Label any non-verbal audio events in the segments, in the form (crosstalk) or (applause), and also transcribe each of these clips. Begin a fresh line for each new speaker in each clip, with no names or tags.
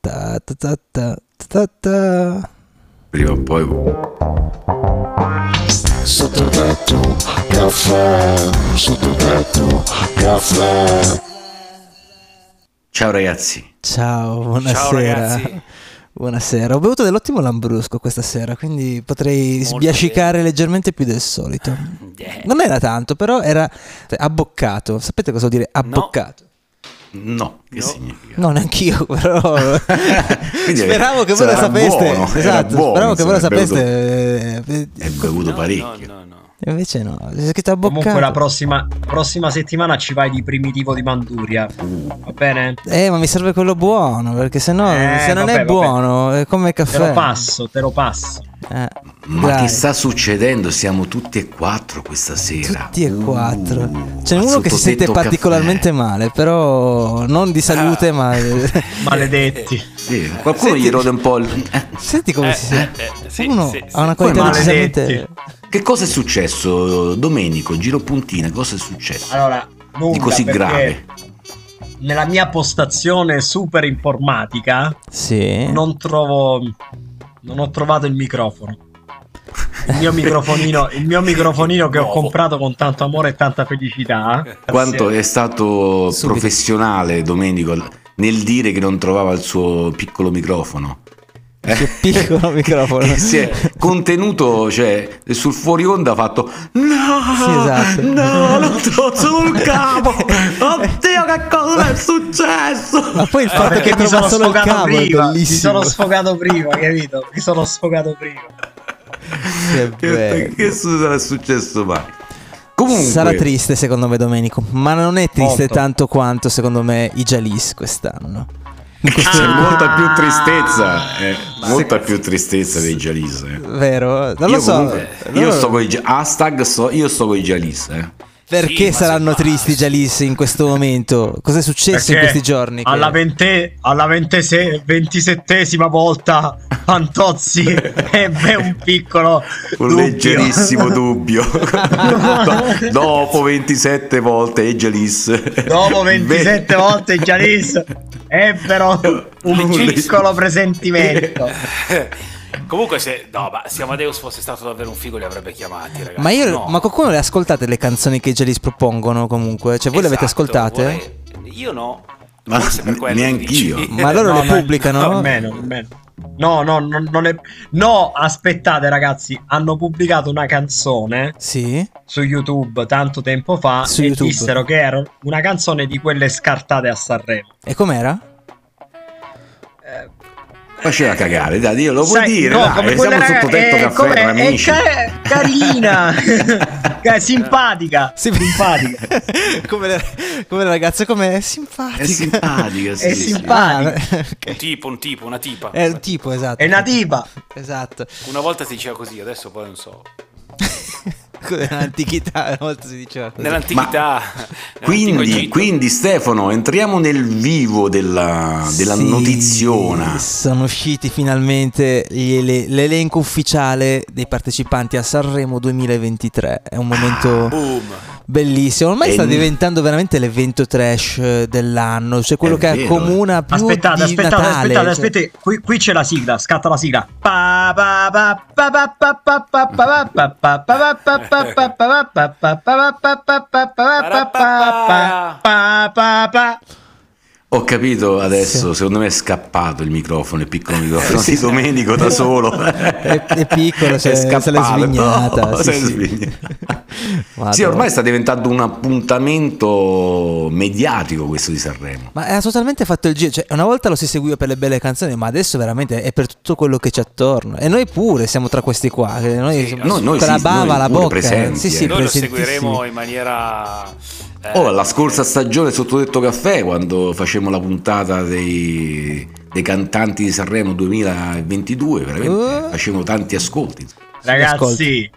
ta ta ta ta ta ta.
Prima o poi. oh.
Sottotetto, caffè, sottotetto, caffè.
Ciao ragazzi.
Ciao, buonasera.
ragazzi.
(laughs) buonasera. Ho bevuto dell'ottimo lambrusco questa sera, quindi potrei sbiascicare leggermente più del solito.
Eh.
Non era tanto, però era cioè, abboccato. Sapete cosa vuol dire abboccato?
No, che
No.
significa?
No, neanch'io, (laughs) però
(laughs) Quindi
speravo che voi
sarà
lo sapeste.
buono, era
esatto,
buono,
speravo che voi lo
sarà bevuto-
sapeste. eh,
È bevuto parecchio.
No, no, no.
eh, Invece no, c'è scritto abboccato.
Comunque la prossima, prossima settimana ci vai di primitivo di Manduria. Va bene?
Eh, ma mi serve quello buono, perché sennò
Eh,
se non
vabbè,
è
vabbè.
buono è come il
Te
caffè.
lo passo, te lo passo.
Eh,
Ma
dai,
che sta succedendo? Siamo tutti e quattro questa sera.
Tutti e
Uh,
quattro. C'è
al
uno che si sente
sottotetto
particolarmente
caffè. Ah.
male, però non di salute,
(laughs)
ma
Maledetti.
Sì, Eh, qualcuno gli rode un po'. il- (laughs) Eh,
Senti come
Eh,
si sente.
eh, eh, sì,
uno
sì, sì.
ha una qualità
Poi
decisamente
Che cosa è successo domenico? Giro puntina, cosa è successo?
Allora, nulla
Di così
perché
grave.
Nella mia postazione super informatica
Sì.
non trovo non ho trovato il microfono. Il mio microfonino, il mio microfonino che ho
Nuovo.
comprato con tanto amore e tanta felicità.
Quanto è stato
Subito.
professionale Domenico nel dire che non trovava il suo piccolo microfono.
Il suo piccolo microfono.
(laughs) Che si è
(laughs)
contenuto, cioè, sul fuori onda ha fatto No,
Sì, esatto. (laughs)
no, non trovo sul capo Oddio, che cosa è successo
Ma poi il fatto
perché
che
mi sono
trova solo il
sfogato
cavo è
prima, mi
bellissimo.
sono sfogato prima, capito? Mi sono sfogato prima.
Che
(laughs) Che,
bello.
che su- sarà successo mai? Comunque
Sarà triste secondo me Domenico, ma non è triste
Molto.
tanto quanto secondo me i Jalis quest'anno. In questo-
C'è
Ah.
molta più tristezza eh,
Ma-
Molta più tristezza dei Jalis eh.
Vero? Non
io
lo so.
comunque, io
loro-
sto con i Gia- hashtag so- io sto con i Jalis eh.
Perché
Sì, ma
saranno
se-
tristi i Jalis in questo momento? Cos'è successo in
Perché
questi giorni? che-
Alla, vente- alla ventese- ventisettesima volta Fantozzi ebbe un piccolo
un
dubbio.
leggerissimo
(laughs)
dubbio Do- dopo 27 volte i Jalis
Dopo 27 volte i Giannis ebbero un
(laughs) Un
piccolo
leg-
presentimento.
(laughs) Comunque, se no, ma se Amadeus fosse stato davvero un figo, li avrebbe chiamati, ragazzi.
Ma io,
No.
ma qualcuno le ascoltate le canzoni che i Jalis propongono comunque? Cioè voi le avete
Esatto,
ascoltate?
vorrei- Io no.
Ma
Forse per quello
neanch'io.
dici.
Ma loro
No,
le
no,
pubblicano?
No, almeno, almeno. No, no, no, non è- no, aspettate ragazzi, hanno pubblicato una canzone
Sì.
su YouTube tanto tempo fa
Su
e
YouTube.
dissero che era una canzone di quelle scartate a Sanremo.
E com'era?
Eh,
(laughs) Faceva cagare, dai, io lo vuoi
sai,
dire,
no,
dai,
come
siamo
quella
sotto
raga-
tetto
eh,
caffè
come-
tra
è
amici.
ca- carina,
(laughs)
Ca- simpatica,
Sì.
simpatica.
(laughs) come, le, come le ragazze, come è simpatica. (laughs)
È simpatica, sì,
È
sì.
simpatica.
Ah, ok.
(laughs) Un tipo, un tipo, una tipa.
È un tipo, esatto.
È una tipa.
Esatto.
Una volta si diceva così, adesso poi non so.
Nell'antichità (laughs) una volta si diceva così.
Nell'antichità. nell'antico
Quindi,
Egitto.
quindi Stefano, entriamo nel vivo della, Ah, della
Sì,
notiziona.
Sono usciti finalmente gli ele- l'elenco ufficiale dei partecipanti a Sanremo 2023. È un momento
Boom.
bellissimo. Ormai
Ah, oh. E
sta
n-
diventando veramente l'evento trash eh, dell'anno. Cioè quello
È
che
vero.
accomuna più
Aspettate,
di
aspettate,
Natale.
aspettate,
Cioè,
aspettate. Qui, qui c'è la sigla, scatta la sigla. Pa, pa, pa, pa, pa, pa, pa, pa, pa, pa, pa, pa, pa, pa, pa, pa, pa, pa, pa, pa, pa, pa, pa, pa, pa, pa, pa, pa, pa.
Ho capito adesso, secondo me è scappato il microfono, il piccolo
(laughs)
microfono di Domenico da solo.
È, è piccolo,
(laughs)
se, se l'è
scappato,
svignata.
no,
sì,
(laughs) se l'è
sì.
svignata.
(laughs) Madonna.
Sì, ormai sta diventando un appuntamento mediatico questo di Sanremo.
Ma ha totalmente fatto il giro, cioè una volta lo si seguiva per le belle canzoni, ma adesso veramente è per tutto quello che c'è attorno. E noi pure siamo tra questi qua, che noi siamo
noi- noi
con la
sì,
bava
noi
alla
pure
bocca.
presenti,
sì,
eh.
sì,
Noi lo
presentissimi.
seguiremo in maniera. eh,
Oh, la scorsa stagione Sottodetto Caffè, quando facemmo la puntata dei, dei cantanti di Sanremo 2022, veramente
Uh.
facevamo tanti ascolti.
Ragazzi,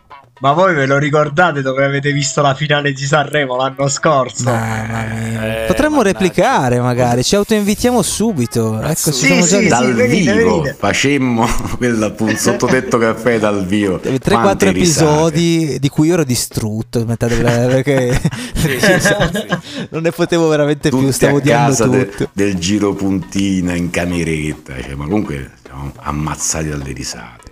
Ma voi ve lo ricordate dove avete visto la finale di Sanremo l'anno scorso?
Mamma mia.
Eh,
Potremmo
mannaggia.
replicare magari, ci autoinvitiamo subito. Ecco, ci
Sì,
siamo
sì,
già
sì,
detti.
dal
venite,
vivo
venite.
facemmo (laughs) quella appunto, sottotetto caffè dal vivo Quante
3-4
risate.
episodi di cui io ero distrutto metà
(laughs)
della- perché
Sì, sì,
(laughs)
sì,
non ne potevo veramente più,
tutti
stavo
a
odiando
casa de-
tutto.
del giro puntina in cameretta cioè, ma comunque siamo ammazzati dalle risate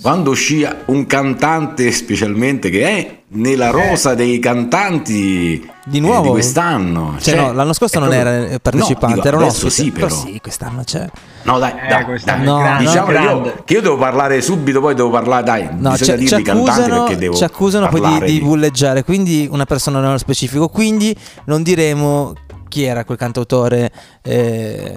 quando uscì un cantante specialmente che è nella rosa dei cantanti eh,
Eh. Di nuovo?
quest'anno
Cioè, no, l'anno scorso
è
non
proprio-
era eh, partecipante,
No, dico,
era un
adesso
ospite.
sì però,
sì, quest'anno c'è.
no dai,
Eh,
dai,
quest'anno
dai.
è grande,
diciamo che
grande.
io, che io devo parlare subito poi devo parlare dai
No,
bisogna
ci,
dirvi
ci
cantanti
accusano,
perché devo
ci accusano poi
parlare
di, di bulleggiare, quindi una persona nello specifico. Quindi non diremo chi era quel cantautore, eh,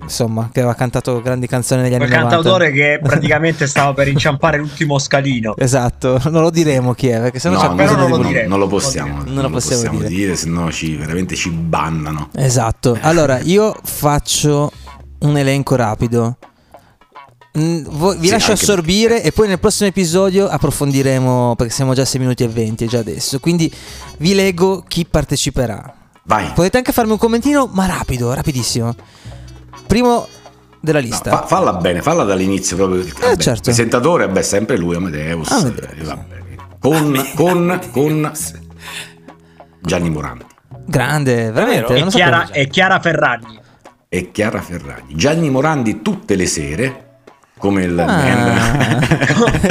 insomma, che aveva cantato grandi canzoni negli anni
Quel
90.
cantautore che
(laughs)
praticamente stava per inciampare l'ultimo scalino.
Esatto, non lo diremo chi è, perché sennò ci
No,
però
accusano
non
di
lo
bullo-
diremo,
non lo
non lo
possiamo,
diremo.
Non
non
lo
lo
possiamo
possiamo
dire.
dire, se no ci, veramente ci bannano.
Esatto. Allora, io faccio un elenco rapido. Mm, voi- vi
Sì,
lascio
anche
assorbire e poi nel prossimo episodio approfondiremo perché siamo già a 6 minuti e 20 già adesso. Quindi vi leggo chi parteciperà.
Vai,
Potete anche farmi un commentino, ma rapido, rapidissimo. Primo della
No,
lista.
fa- falla bene, falla dall'inizio proprio. Vabbè,
certo.
Presentatore, beh, sempre lui, Amadeus.
Amadeus.
eh, vabbè. Con, con, con Gianni Morandi
Grande, veramente. non
vero?
E
lo
Chiara,
sapevo già.
e Chiara Ferragni.
e Chiara Ferragni. Gianni Morandi tutte le sere, come
(laughs)
il...
Ah.
Come-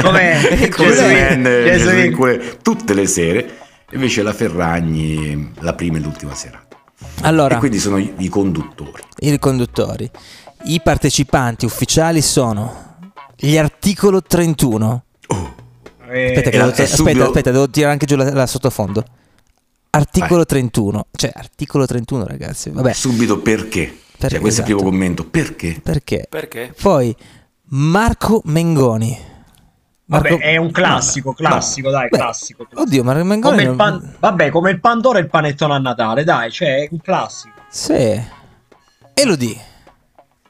(laughs) come il
Gesù-
man, eh,
Gesù-
Gesù in cure- tutte le sere. Invece la Ferragni la prima e l'ultima serata.
Allora,
E quindi sono i i conduttori.
i conduttori. I partecipanti ufficiali sono gli articolo 31.
Oh.
Eh,
Aspetta, che
E la-
devo,
e
aspetta,
subito-
aspetta, devo tirare anche giù la, la sottofondo. Articolo 31, cioè articolo 31 ragazzi, vabbè,
subito perché.
Perché,
cioè, questo è il
esatto.
primo commento. Perché?
perché?
Perché?
Poi Marco Mengoni.
Vabbè,
Marco-
è un classico, classico, dai,
Beh,
classico.
Oddio, Marco Mengoni...
Come il
non-
pan- Vabbè, come il Pandoro e il panettone a Natale, dai, cioè è un classico.
Sì. Elodie.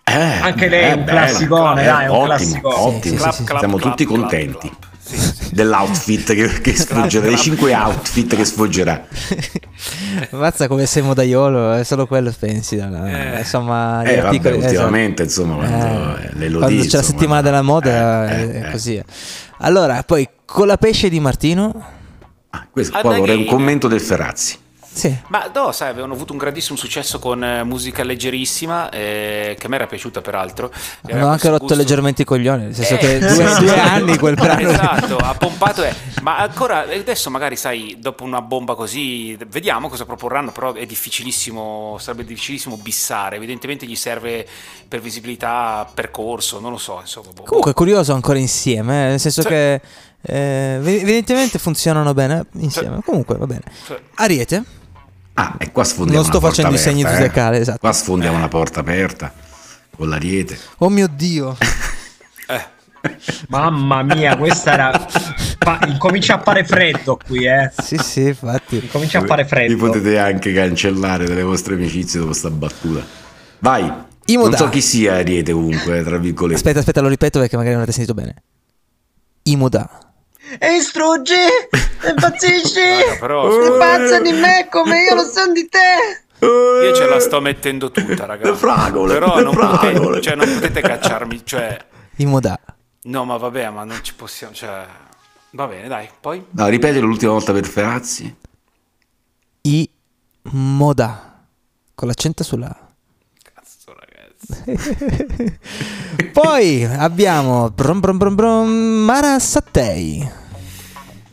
Eh,
Anche lei è un
bello,
classicone,
bello,
dai, è un
ottimo,
classicone.
ottimo.
Sì, sì, sì, sì.
Siamo
clap,
tutti
clap,
contenti
clap, clap. Sì, sì, sì.
dell'outfit che, che sfoggerà, dei
clap.
cinque outfit che sfoggerà.
Eh. Mazza come sei modaiolo, è solo quello pensi. no, no,
Eh.
Insomma, gli
Eh, vabbè,
articoli-
ultimamente, insomma, quando, eh, le Elodie,
quando c'è la
insomma,
settimana
no.
della moda
Eh,
è
eh, eh.
così. Allora, poi con la pesce di Martino.
Ah, questo qua vorrei un
Annalina.
commento del Ferrazzi.
Sì.
Ma no, sai, avevano avuto un grandissimo successo con eh, musica leggerissima, eh, che a me era piaciuta peraltro. Era
Hanno anche
questo
rotto
gusto-
leggermente i coglioni, nel senso
Eh, (laughs)
che
sì,
due,
sì,
due
sì.
anni
(laughs)
quel brano.
Esatto, ha pompato. eh. Ma ancora, eh, adesso magari sai, dopo una bomba così, vediamo cosa proporranno, però è difficilissimo, sarebbe difficilissimo bissare. Evidentemente gli serve per visibilità, percorso, non lo so, insomma. boh.
Comunque, è curioso ancora insieme, eh, nel senso
Sì.
che eh, ev- evidentemente funzionano bene insieme. Comunque, va bene.
Cioè,
Ariete.
Ah, e qua sfondiamo
Non sto
una porta
facendo i segni
aperta, eh.
zodiacali, esatto.
Qua sfondiamo una porta aperta con l'ariete.
Oh mio dio.
Eh,
Mamma mia, questa era... Fa- Comincia a fare freddo qui, eh.
sì, sì, infatti.
Comincia a fare
Vi
freddo.
potete anche cancellare dalle vostre amicizie dopo sta battuta. Vai.
I
non
Modà.
so chi sia Ariete comunque, eh, tra virgolette.
Aspetta, aspetta, lo ripeto perché magari non avete sentito bene. Imoda.
E struggi! Impazzisci!
raga, però, scusa,
Pazza di me
(laughs)
come io lo sono di te!
io ce la sto mettendo tutta, ragazzi.
Le fragole,
Però
le
non potete,
fragole.
cioè, non potete cacciarmi, cioè...
Imoda.
No, ma vabbè, ma non ci possiamo. Cioè. Va bene, dai, poi.
No, ripetelo l'ultima volta per Ferrazzi.
I moda. Con l'accento sulla
(laughs)
A.
Cazzo, ragazzi.
Poi abbiamo brum brum brum brum, Mara Sattei.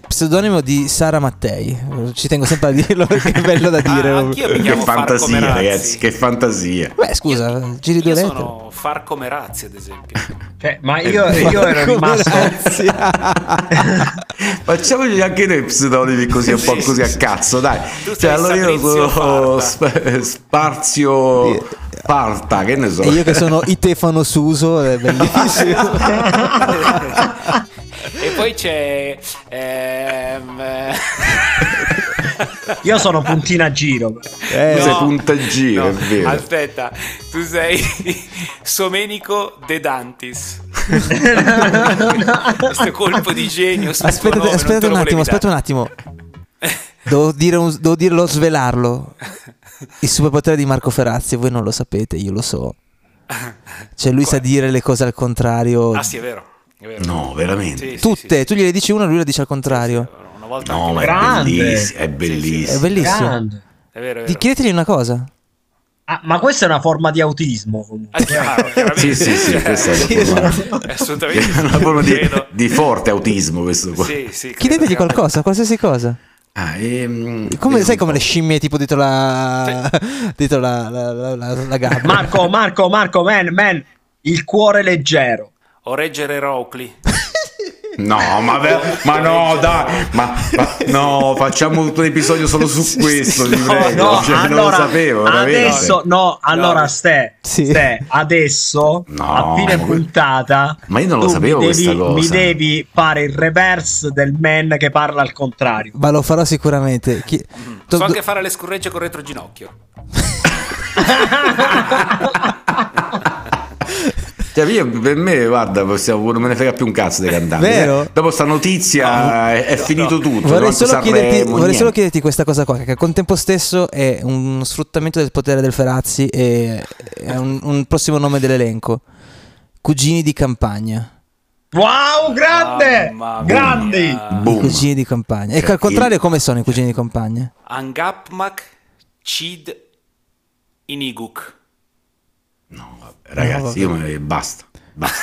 Pseudonimo di Sara Mattei. Ci tengo sempre a dirlo perché è bello da dire.
(laughs) Ah, anch'io mi
Che
chiamo Farco
fantasia,
Merazzi.
ragazzi, che fantasia.
Beh, scusa, giri due
Io
lettere.
sono Farco Merazzi, ad esempio.
Cioè, ma io,
Eh,
io ero
(laughs) Come
rimasto...
razzi.
Facciamoci anche noi pseudonimi così un po'
Sì.
così a cazzo, dai.
Tu sei
Cioè, allora io
Fabrizio
sono Sp- Sparzio Parta, che ne so.
e io che sono Itefano Suso, è bellissimo.
e poi c'è. (laughs) ehm, eh,
Io sono puntina a giro.
Eh,
Tu sei puntaggiro, è vero.
(laughs) Aspetta, tu sei Somenico De Dantis. Questo colpo di genio. sul
Aspetta,
tuo nome, non
aspetta
te lo
un attimo,
volevi
aspetta un
dare.
attimo. Devo, dire un- devo dirlo, svelarlo. Il superpotere di Marco Ferrazzi, voi non lo sapete, io lo so. Cioè, lui sa dire le cose al contrario.
Ah, sì, è vero. È vero.
No, veramente.
Sì, sì,
Tutte,
sì,
tu gliele dici una, lui la dice al contrario.
sì. Una volta
No,
anche-
ma è
Grande.
bellissimo, è
È
bellissimo.
bellissimo.
Grande.
è vero, è
Di-
vero.
Chiedetegli una cosa.
Ah, ma questa è una forma di autismo. comunque.
Ah, chiaro, chiaramente.
Sì, sì, sì, questa è una forma,
È assolutamente sì,
una forma di,
credo.
di forte autismo questo qua.
Sì, sì, credo
Chiedetegli
che-
qualcosa, qualsiasi cosa.
Ah, ehm,
Come,
vediamo
sai come
un po'.
le scimmie tipo dietro la, (laughs) dietro la, la, la, la- la gabbia?
Marco, Marco, Marco, man, man, il cuore leggero.
O reggere Rockley.
No, ma, ver- ma no, dai, ma, ma- no, facciamo un episodio solo su questo, ti prego. cioè, non lo sapevo, veramente.
adesso, no, allora,
No.
Ste,
Sì.
Ste, adesso,
No.
a fine puntata,
Ma io non lo
tu
sapevo
mi devi,
questa cosa.
mi devi fare il reverse del man che parla al contrario.
(laughs)
Ma lo farò sicuramente. Chi-
So
do-
anche fare le scurregge con retro ginocchio.
Cioè, io, per me, guarda, possiamo- non me ne frega più un cazzo dei cantanti.
Vero?
Eh, Dopo sta notizia è, è finito tutto.
Vorrei
non
solo,
Sanremo,
chiederti, vorrei
niente.
solo chiederti questa cosa qua, che al contempo stesso è uno sfruttamento del potere del Ferazzi e è un, un prossimo nome dell'elenco. Cugini di campagna.
Wow, grande!
Mamma mia.
grandi!
I
Boom.
cugini di campagna. E
Cioè,
al contrario
il-
come sono i cugini di
(laughs)
campagna?
Angapmak Cid Iniguk.
Ragazzi, io me- basta. basta.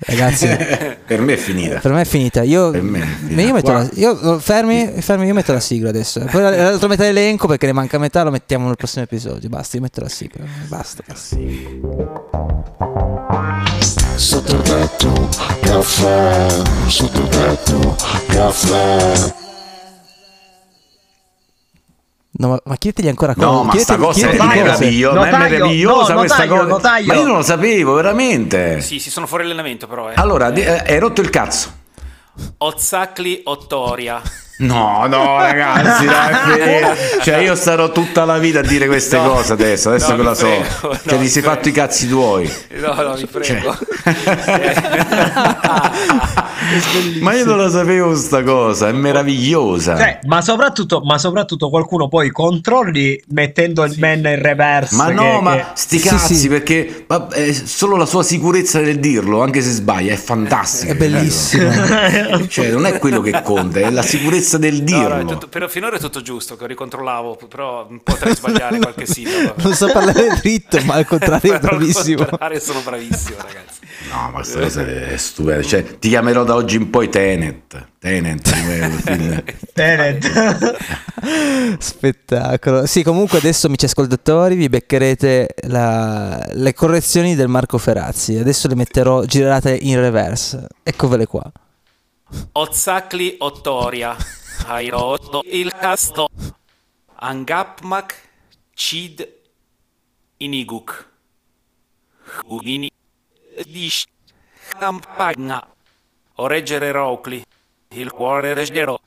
Cioè,
Ragazzi, per
per me è finita.
me è finita. Io,
Per me è finita.
io metto la,
Guarda.
io- oh, fermi, fermi, io metto la sigla adesso. Poi la- l'altra metà elenco perché ne manca metà, lo mettiamo nel prossimo episodio. Basta, io metto la sigla. Basta.
sotto tetto, caffè, sotto tetto, caffè.
No, ma, ma chiedetegli ancora cosa.
No, ma sta
chiedetegli-
cosa è
chiedetegli
notaio,
cose.
meravigliosa, ma è
notaio,
meravigliosa
no,
questa
notaio,
cosa.
notaio.
Ma io non lo sapevo, veramente.
Sì, si sono fuori allenamento però, eh.
Allora, di- eh, hai rotto il cazzo.
Ozzacli Ottoria.
No, no, (laughs) ragazzi, dai, fermi. cioè io starò tutta la vita a dire queste
(laughs) No.
cose adesso, adesso
No,
che
vi
la so.
prego, no,
cioè, ti
vi
sei
prego.
fatto i cazzi tuoi.
No, no, mi prego. (laughs)
(laughs)
Eh.
Ma io non la sapevo sta cosa, è meravigliosa.
Cioè, ma, soprattutto, ma soprattutto qualcuno poi controlli mettendo il man in reverse.
ma
che-
no,
che-
ma sti
Sì,
cazzi,
sì.
perché ma, eh, solo la sua sicurezza nel dirlo, anche se sbaglia, è fantastica.
È bellissimo.
(laughs) capito? Cioè, non è quello che conta, è la sicurezza del
No,
dirlo.
no, è tutto- però finora è tutto giusto, che ricontrollavo, però
(laughs)
potrei sbagliare qualche sillaba.
Non so
(laughs)
parlare dritto, ma al contrario è
Però al
bravissimo.
contrario sono bravissimo, ragazzi.
No, ma questa cosa è stupenda. Cioè, ti chiamerò da oggi in poi Tenet. Tenet, come quel film. (laughs)
Tenet.
(laughs) Spettacolo. Sì, comunque adesso, amici ascoltatori, vi beccherete la- le correzioni del Marco Ferrazzi. Adesso le metterò girate in reverse. Eccovele qua.
Ozzacli Ottoria. Hai rotto il casto. Angapmak Cid Iniguk. Hugini Dish Campagna. O reggere Rocli. Il cuore leggero.